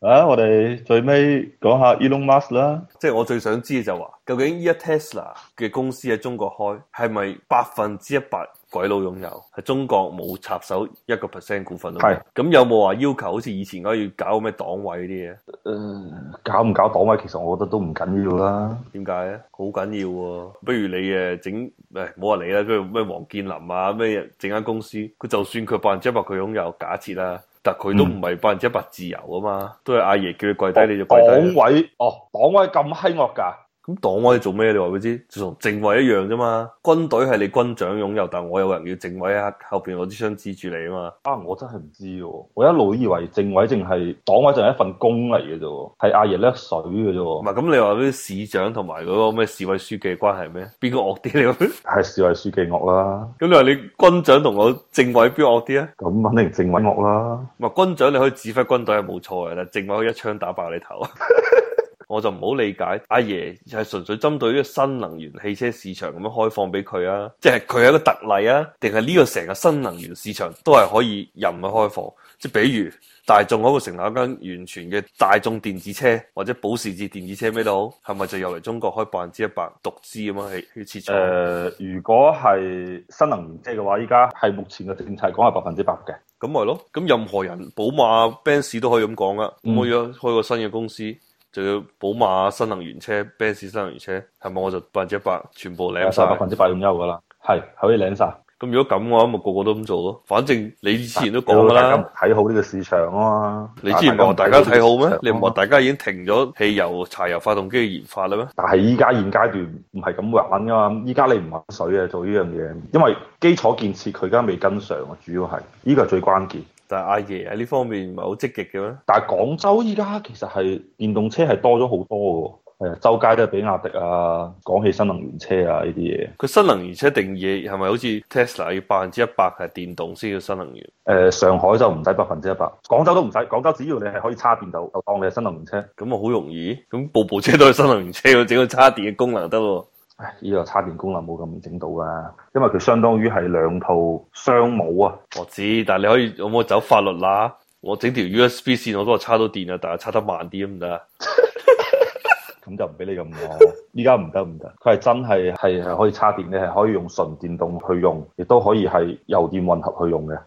啊，我哋最尾講下 Elon Musk 啦。即係我最想知嘅就話，究竟依家 Tesla 嘅公司喺中國開，係咪百分之一百鬼佬擁有？係中國冇插手一個 percent 股份都冇係。咁有冇話要求好似以前嗰啲要搞咩黨委啲嘢？誒、呃搞唔搞黨委，其實我覺得都唔緊要啦。點解咧？好緊要喎、不如你誒整，誒唔好話你啦，譬如咩王健林啊，咩整間公司，佢就算佢百分之一百佢擁有，假設啦，但佢都唔係百分之一百自由啊嘛，都係阿爺叫你跪低你就跪黨低。委哦，黨委咁閪惡㗎。咁黨委做咩？你話佢知，就同政委一樣啫嘛。軍隊係你軍長擁有，但我有人要政委喺後邊攞支槍指住你啊嘛。啊！我真係唔知喎，我一路以為政委淨係黨委，淨係一份工嚟嘅啫喎，係阿爺叻水嘅啫唔喎，係咁，你話嗰啲市長同埋嗰個咩市委書記嘅關係咩？邊個惡啲？你話係市委書記惡啦，咁你話你軍長同我政委邊個惡啲啊？咁肯定政委惡啦。唔係軍長，你可以指揮軍隊係冇錯嘅，但政委可以一槍打爆你頭。我就唔好理解阿爺係純粹針對呢個新能源汽車市場咁樣開放俾佢啊，即係佢係一個特例啊，定係呢個成個新能源市場都係可以任佢開放？即係比如大眾嗰個成立一間完全嘅大眾電子車或者保時捷電子車咩都好，係咪就入嚟中國開百分之一百獨資咁樣去去設誒、廠？呃如果係新能源車嘅話，依家係目前嘅政策講係百分之百嘅。咁咪咯，咁任何人，寶馬、Benz 都可以咁講噶。咁嗯我要開個新嘅公司，就要寶馬新能源車、Benz 新能源車，係咪我就百分之一百全部領有晒晒？百分之百擁有㗎啦，係可以領晒。咁如果咁嘅話，咪個個都咁做咯。反正你之前都講㗎大家啦，睇好呢個市場啊嘛。你之前唔係話大家睇好咩？你唔係話冇？大家已經停咗汽油、柴油發動機嘅研發啦咩？但係依家現階段唔係咁玩噶嘛，依家你唔玩水啊，做呢樣嘢，因為基礎建設佢而家未跟上啊，主要係呢個係最關鍵。但係阿爺喺呢方面唔係好積極嘅咩？但係廣州依家其實係電動車係多咗好多嘅喎，係啊，周街都係比亞迪啊，講起新能源車啊呢啲嘢，誒、佢新能源車定義係咪好似 Tesla 要百分之一百係電動先叫新能源？上海就唔使百分之一百，廣州都唔使，廣州只要你係可以插電就就當你係新能源車，咁啊好容易，咁部部車都係新能源車，佢整個叉電嘅功能得咯。唉，呢、個插電功能冇咁易整到啦，因為佢相當於係兩套雙模啊，我知，但係你可以有冇走法律啦？我整條 USB 線我都係插到電啊，但係插得慢啲咁得啊。咁就唔俾你咁講，依家唔得唔得，佢係真係係係可以插電，你係可以用純電動去用，亦都可以係油電混合去用嘅。誒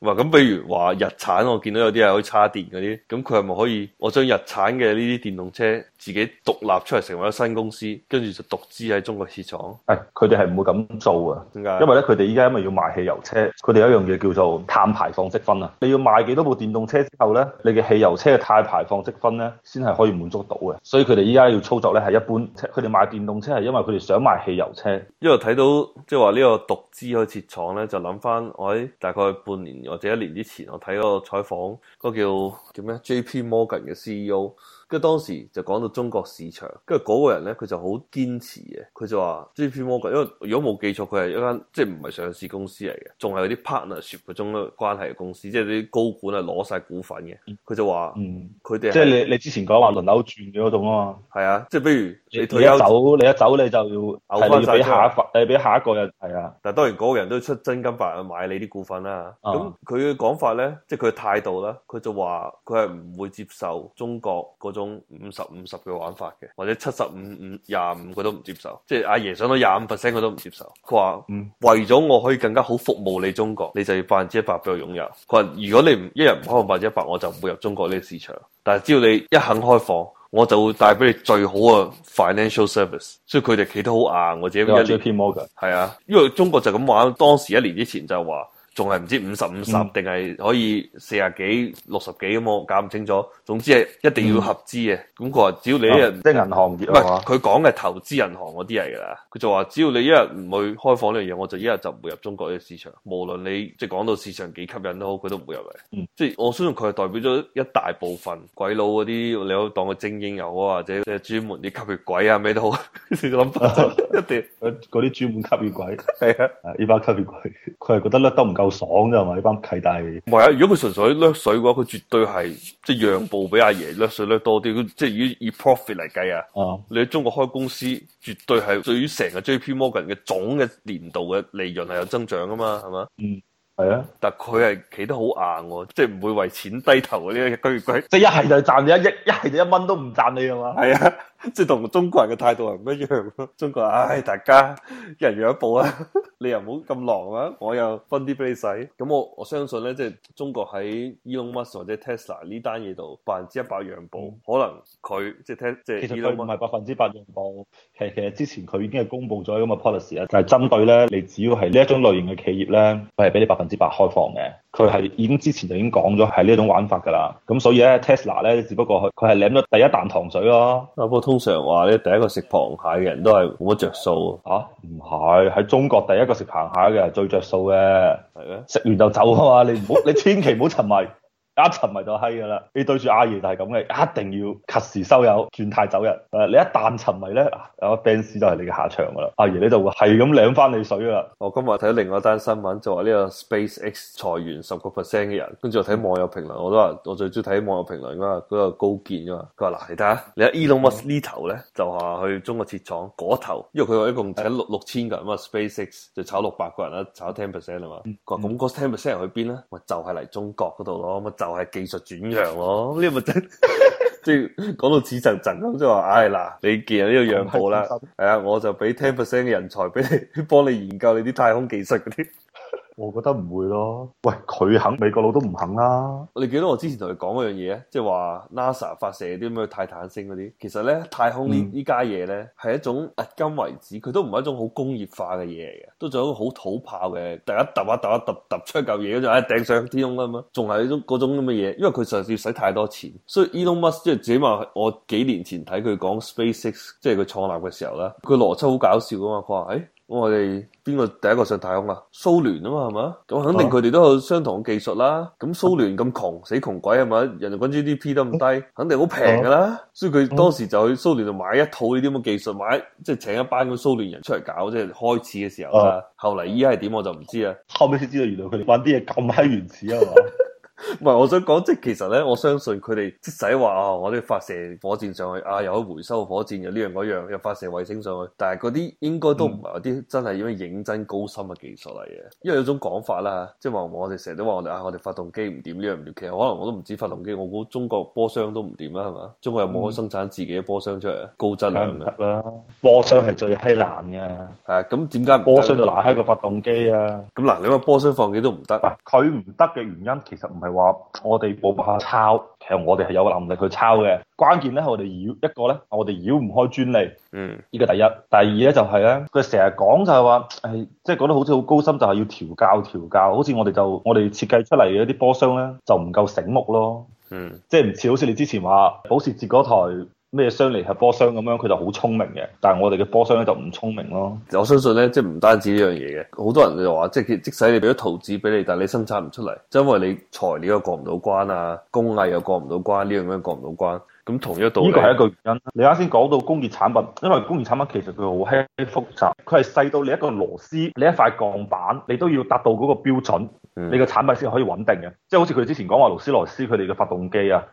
哇咁比如話日產，我見到有啲係可以插電嗰啲，咁佢係咪可以我將日產嘅呢啲電動車自己獨立出嚟成為一個新公司，跟住就獨資喺中國設廠？誒，佢哋係唔會咁做啊。點解？因為咧，佢哋依家因為要賣汽油車，佢哋有一樣嘢叫做碳排放積分啊。你要賣幾多部電動車之後咧，你嘅汽油車嘅碳排放積分咧，先係可以滿足到嘅。所以佢哋依家要操作咧係一般，佢哋賣電動車係因為佢哋想賣汽油車。因為睇到即係話呢個獨資去設廠咧，就諗翻我喺大概半年或者一年之前，我睇嗰個採訪，嗰、個叫叫咩 J.P. Morgan 嘅 CEO，跟住當時就講到中國市場，跟住嗰個人咧佢就好堅持嘅，佢就話 J.P. Morgan，因為如果冇記錯，佢係一間即係唔係上市公司嚟嘅，仲係有啲 partnership 嗰種關係嘅公司，即係啲高管係攞晒股份嘅，佢就話嗯，佢哋即係係你你之前講話輪流轉嘅嗰種啊嘛。係啊，即係比如你你你一退休。走，你一走你就要翻係你晒要俾出嚟下一份，你俾下一個人係啊。但係當然嗰個人都出真金白銀買你啲股份啦。啊咁佢嘅講法咧，即係佢嘅態度啦，佢就話佢係唔會接受中國嗰種五十五十嘅玩法嘅，或者七十五五廿五佢都唔接受。即係阿爺上到廿五 percent 佢都唔接受。佢話嗯為咗我可以更加好服務你中國，你就要百分之一百俾我擁有。佢話如果你唔一日唔開放百分之一百，我就唔會入中國呢個市場。但係只要你一肯開放。我就會帶俾你最好嘅 financial service，所以佢哋企得好硬，我自己你話一年 J.P. Morgan 係啊，因為中國就咁玩，當時一年之前就話仲係唔知五十五十嗯定係可以四啊幾六十幾咁，我搞唔清楚。總之係一定要合資嘅。咁佢話只要你一日即嗯係銀行業唔啊嘛係，佢講嘅投資銀行嗰啲嚟㗎啦。佢就話只要你一日唔去開放呢樣嘢，我就一日就唔會入中國嘅市場。無論你即係講到市場幾吸引都好，佢都唔會入嚟。嗯即係我相信佢係代表咗一大部分鬼佬嗰啲，你可以當佢精英又好啊，或者即係專門啲吸血鬼啊咩都好，你諗法就一定。嗰嗰啲專門吸血鬼係啊，呢班吸血鬼 佢係覺得甩得唔夠爽啫嘛，呢班契弟。唔係啊！如果佢純粹掠水嘅話，佢絕對係即係讓步俾阿爺掠水掠多啲。佢即係以以 profit 嚟計啊，啊，你喺中國開公司，絕對係對於成個 J.P. Morgan 嘅總嘅年度嘅利潤係有增長噶嘛，係嘛？嗯，係係啊，但佢係企得好硬喎，即係唔會為錢低頭嘅呢一個居鬼。即係一係就賺你一億，一係就一蚊都唔賺你啊嘛。係啊， 即係同中國人嘅態度係唔一樣咯。中國人唉，大家一人讓一步啊， 你又唔好咁狼啊，我又分啲俾你使。咁我我相信咧，即係中國喺 Elon Musk 或者 Tesla 呢單嘢度百分之一百讓步，可能佢即係 Tes 即嗯其係實佢 Elon 唔係 Musk 百分之百讓步，其實其實之前佢已經係公布咗咁嘅 policy 啊啦，就係針對咧你只要係呢一種類型嘅企業咧，佢係俾你百分之百開放嘅。佢係已經之前就已經講咗係呢一種玩法㗎啦。咁所以咧 Tesla 咧，只不過佢佢係舐咗第一啖糖水咯。啊，不過通常話咧，第一個食螃蟹嘅人都係冇乜着數啊，唔係喺中國第一個食螃蟹嘅係最着數嘅，喎，係咩？食完就走啊嘛！你唔好， 你千祈唔好沉迷，一沉迷就閪噶啦。你對住阿爺就係咁嘅，一定要及時收油，轉態走人。誒，你一旦沉迷咧，啊 b a n 就係你嘅下場噶啦。阿爺你就會係咁舐翻你水噶啦。我今日睇到另外一單新聞，就話呢個 SpaceX 裁員十個 percent 嘅人，跟住我睇網友評論，我都話我最中意睇網友評論噶嘛，嗰個高見噶嘛，佢話嗱你睇下，你睇 Elon Musk 呢頭咧就話去中國設廠，嗰頭因為佢話一共請六六千個人嘛，SpaceX 就炒六百個人啦，炒 ten percent 啊嘛，佢話咁嗰 ten percent 人去邊咧？咪就係嚟中國嗰度咯，咪就係技術轉讓咯，呢個咪真。即係講到似層層咁，即係話，唉嗱，你既然呢個讓步啦咁係真，係啊，我就俾 ten percent 嘅人才俾你， 幫你研究你啲太空技術嗰啲。我覺得唔會咯。喂，佢肯，美國佬都唔肯啦。你記得我之前同你講嗰樣嘢啊，即係話 NASA 發射啲咩泰坦星嗰啲，其實咧太空呢嗯呢家嘢咧係一種迄今為止佢都唔係一種好工業化嘅嘢嚟嘅，都仲有一個好土炮嘅，大家揼一揼一揼揼出一嚿嘢嗰種，哎掟上天空啦嘛，仲係一種嗰種咁嘅嘢，因為佢實在要使太多錢，所以 Elon Musk 即係起碼我幾年前睇佢講 SpaceX，即係佢創立嘅時候啦，佢邏輯好搞笑噶嘛，佢話誒。哎我哋邊個第一個上太空啊？蘇聯啊嘛，係嘛？咁肯定佢哋都有相同嘅技術啦。咁蘇聯咁窮，死窮鬼係咪？人哋均 GDP 都咁低，肯定好平噶啦。所以佢當時就去蘇聯度買一套呢啲咁嘅技術，買即係請一班咁蘇聯人出嚟搞，即係開始嘅時候啦。後嚟依家係點我就唔知啦。啊後尾先知道原來佢哋玩啲嘢咁閪原始啊嘛。唔係，我想講即係其實咧，我相信佢哋即使話啊，我哋發射火箭上去啊，又可以回收火箭，又呢樣嗰樣，又發射衛星上去，但係嗰啲應該都唔係啲真係因為認真高深嘅技術嚟嘅，因為有種講法啦，即係話我哋成日都話我哋啊，我哋發動機唔掂呢樣唔掂，其實可能我都唔止發動機，我估中國波箱都唔掂啦，係嘛？中國有冇可以生產自己嘅波箱出嚟啊高質梗係唔量嘅？得啦，波箱係最閪難嘅，係啊，咁點解唔得波箱就難喺個發動機啊。咁嗱，你話波箱放幾都唔得唔。係佢唔得嘅原因，其實唔係話我哋冇辦法抄，其實我哋係有能力去抄嘅。關鍵咧，我哋繞一個咧，我哋繞唔開專利，嗯，呢個第一。第二咧就係咧，佢成日講就係話，誒，即係講得好似好高深，就係要調教調教。好似我哋就我哋設計出嚟嘅啲波箱咧，就唔夠醒目咯，嗯，即係唔似好似你之前話保時捷嗰台咩雙離合波箱咁樣，佢就好聰明嘅，但係我哋嘅波箱咧就唔聰明咯。我相信咧，即係唔單止呢樣嘢嘅，好多人就話，即係即使你俾咗圖紙俾你，但係你生產唔出嚟，就因為你材料又過唔到關啊，工藝又過唔到關，呢樣樣過唔到關。咁同一道理，呢個係一個原因。你啱先講到工業產品，因為工業產品其實佢好閪複雜，佢係細到你一個螺絲、你一塊鋼板，你都要達到嗰個標準，嗯你個產品先可以穩定嘅。即係好似佢之前講話勞斯萊斯佢哋嘅發動機啊，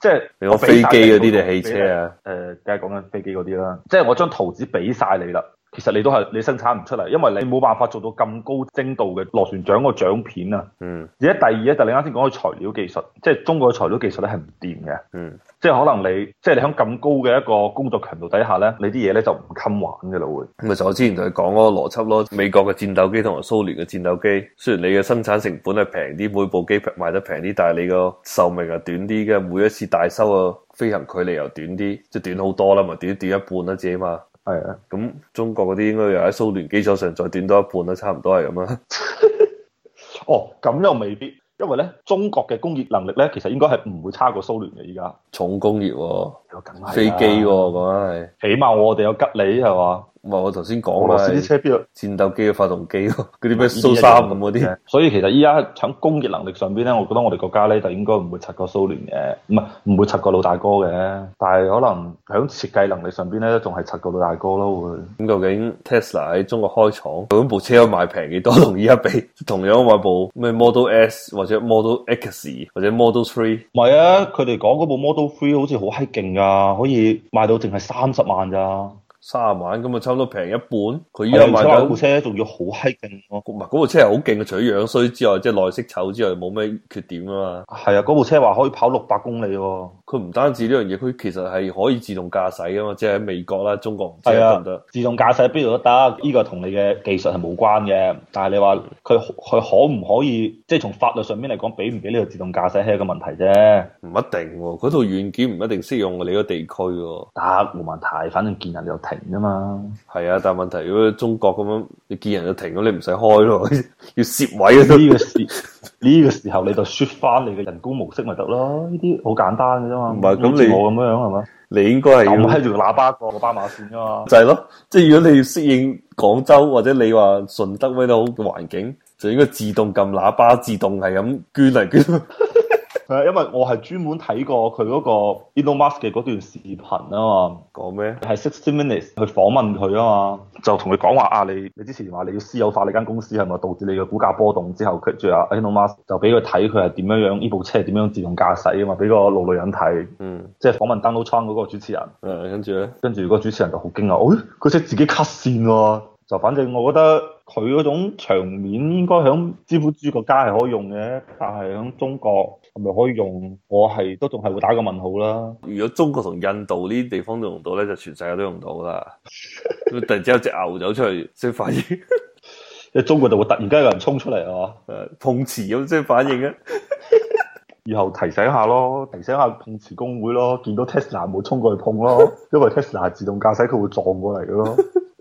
即係你講飛機嗰啲定汽車啊？誒，梗係講緊飛機嗰啲啦。即係我將圖紙俾晒你啦，其實你都係你生產唔出嚟，因為你冇辦法做到咁高精度嘅螺旋槳個槳片啊。嗯而家第二咧就你啱先講嘅材料技術，即係中國嘅材料技術咧係唔掂嘅。嗯，即係可能你，即係你喺咁高嘅一個工作強度底下咧，你啲嘢咧就唔襟玩嘅啦會。咁咪就我之前同你講嗰個邏輯咯，美國嘅戰鬥機同埋蘇聯嘅戰鬥機，雖然你嘅生產成本係平啲，每部機賣得平啲，但係你個壽命係短啲嘅，每一次大修嘅飛行距離又短啲，即係短好多啦嘛，短短一半啦，至起碼。係啊，咁中國嗰啲應該又喺蘇聯基礎上再短多一半啦，差唔多係咁啦。啊哦，咁又未必，因為咧中國嘅工業能力咧，其實應該係唔會差過蘇聯嘅。依家重工業喎、梗係啦啊飛機喎、咁樣係。起碼我哋有吉利係嘛，唔係我頭先俄講羅啦，斯啲係車邊度？戰鬥機嘅發動機喎，嗰啲咩蘇三咁嗰啲。所以其實依家喺工業能力上邊咧，我覺得我哋國家咧就應該唔會柒過蘇聯嘅，唔係唔會柒過老大哥嘅，但係可能喺設計能力上邊咧，仲係柒過老大哥咯會。咁究竟 Tesla 喺中國開廠，究竟部車賣平幾多？同而家比， 同樣買部咩 Model S 或者 Model X 或者 Model Three，唔係啊，佢哋講嗰部 Model Three 好似好閪勁㗎，可以賣到淨係三十萬咋。啊卅萬咁啊，差唔多平一半。佢依因家為賣嗰部緊，車仲要好閪勁咯。唔係嗰部車係好勁嘅，除咗樣衰之外，即係內飾醜之外，冇咩缺點啊嘛。係啊，嗰部車話可以跑六百公里喎。佢唔單止呢樣嘢，佢其實係可以自動駕駛啊嘛，即係喺美國啦、中國唔知係得唔啊得？，自動駕駛邊度都得，呢個同你嘅技術係冇關嘅。但係你話佢佢可唔可以，即係從法律上面嚟講，俾唔俾呢個自動駕駛係一個問題啫。唔一定喎，嗰套軟件唔一定適用你個地區喎。得冇問題，反正見人就停啫嘛。係啊，但係問題如果中國咁樣，你見人就停咗，你唔使開咯， 要攝位嗰呢個時 呢個時候你就 shift 翻你嘅人工模式咪得咯，呢啲好簡單嘅啫嘛。唔係咁好似你我咁樣係嘛？你應該係咁要喺條喇叭過個斑馬線㗎嘛。就係咯，即係如果你要適應廣州或者你話順德咩都好嘅環境，就應該自動撳喇叭，自動係咁捐嚟捐去。係啊因為我係專門睇過佢嗰個 Elon Musk 嘅嗰段視頻啊嘛。講咩？係 Sixty Minutes 去訪問佢啊嘛，就同佢講話啊，你你之前話你要私有化你間公司係咪導致你嘅股價波動之後，佢住阿 Elon Musk 就俾佢睇佢係點樣樣呢部車係點樣自動駕駛啊嘛，俾個老女人睇，嗯，即係訪問 Donald Trump 嗰個主持人，誒、跟住咧，跟住個主持人就好驚訝，哦，佢識自己 cut 線喎、就反正我覺得佢嗰種場面應該喺資本主義國家係可以用嘅，但係喺中國係咪可以用？我係都仲係會打個問號啦。如果中國同印度呢啲地方都用到咧，就全世界都用到啦。咁突然之間有隻牛走出嚟，先反應，即係中國就會突然間有人衝出嚟啊！誒碰瓷咁先反應啊！以後提醒下咯，提醒下碰瓷工會咯，見到 Tesla 冇衝過去碰咯， 因為 Tesla 係自動駕駛佢會撞過嚟嘅咯。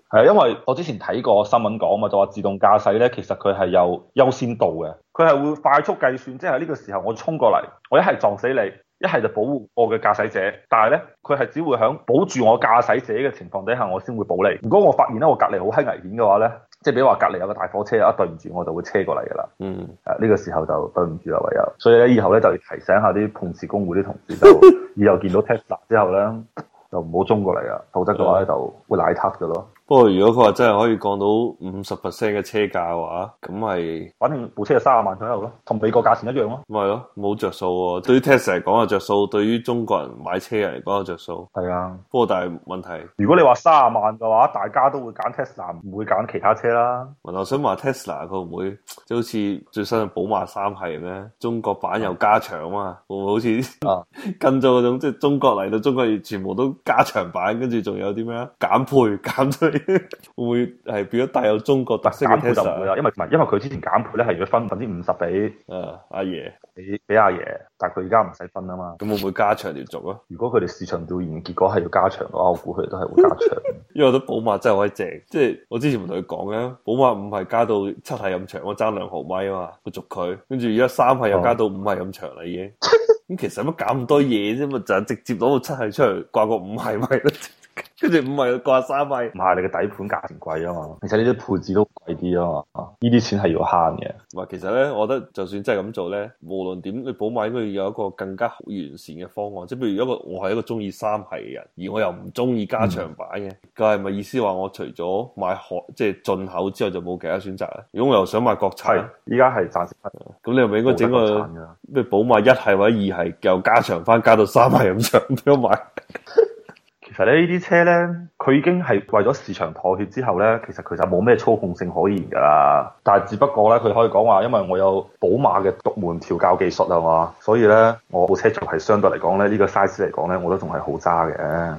係啊，因為我之前睇過新聞講嘛，啊就話自動駕駛咧，其實佢係有優先度嘅，佢係會快速計算，即係呢個時候我衝過嚟，我一係撞死你，一係就保護我嘅駕駛者。但係咧，佢係只會響保住我駕駛者嘅情況底下，我先會保你。如果我發現咧我隔離好閪危險嘅話咧，即係比如話隔離有個大火車啊，對唔住我就會車過嚟㗎啦。嗯。啊！呢、個時候就對唔住啦，唯有，所以咧以後咧就要提醒下啲碰瓷工會啲同事，就以後見到 Tesla 之後咧，就唔好衝過嚟啊，否則嘅話咧就會奶撻嘅咯。不過如果佢話真係可以降到五十 percent 嘅車價嘅話，咁係反正部車係三十萬左右咯，同美國價錢一樣咯。咪咯冇着數喎。對於 Tesla 嚟講有着數，對於中國人買車人嚟講有着數。係啊，不過但係問題，如果你話三十萬嘅話，大家都會揀 Tesla，唔會揀其他車啦。我就想話 Tesla 佢會唔會即係好似最新嘅寶馬三系咧，中國版又加長嘛？ 會唔會好似、啊 跟咗嗰種即係中國嚟到中國要全部都加長版，跟住仲有啲咩啊減配 減税，會唔會係變咗帶有中國特色減嘅配就唔會 Tesla？啦，因為唔係因為佢之前減配咧係要分百分之五十俾誒啊阿爺，俾俾阿爺，但係佢而家唔使分啊嘛。咁會唔會加長條軸啊？如果佢哋市場調研結果係要加長嘅話，我估佢哋都係會加長。因為我覺得寶馬真係好閪正，即係我之前同佢講咧，寶馬五係加到七係咁長，我爭兩毫米啊嘛，佢續佢，跟住而家三係又加到五係咁長啦已經。咁其實乜搞咁多嘢啫嘛，就係直接攞個七係出嚟掛個五係咪咯，跟住五係又掛三係，唔係你嘅底盤價錢貴啊嘛，而且呢啲配置都貴啲啊嘛，呢啲錢係要慳嘅。唔係其實咧，我覺得就算真係咁做咧，無論點，你寶馬應該要有一個更加完善嘅方案，即係譬如一個我係一個中意三系嘅人，而我又唔中意嗯加長版嘅，佢係咪意思話我除咗買海即係進口之外就冇其他選擇咧？如果我又想買國產係。，依家係暫時咁你係咪應該整個產㗎。咩寶馬一系或者二系又加長翻，加到三系咁長俾我買？其實咧，呢啲車咧，佢已經係為咗市場妥協之後咧，其實佢就冇咩操控性可言㗎啦。但係只不過咧，佢可以講話，因為我有寶馬嘅獨門調校技術啊嘛，所以咧，我部車仲係相對嚟講咧，呢、個 size 嚟講咧，我都仲係好揸嘅。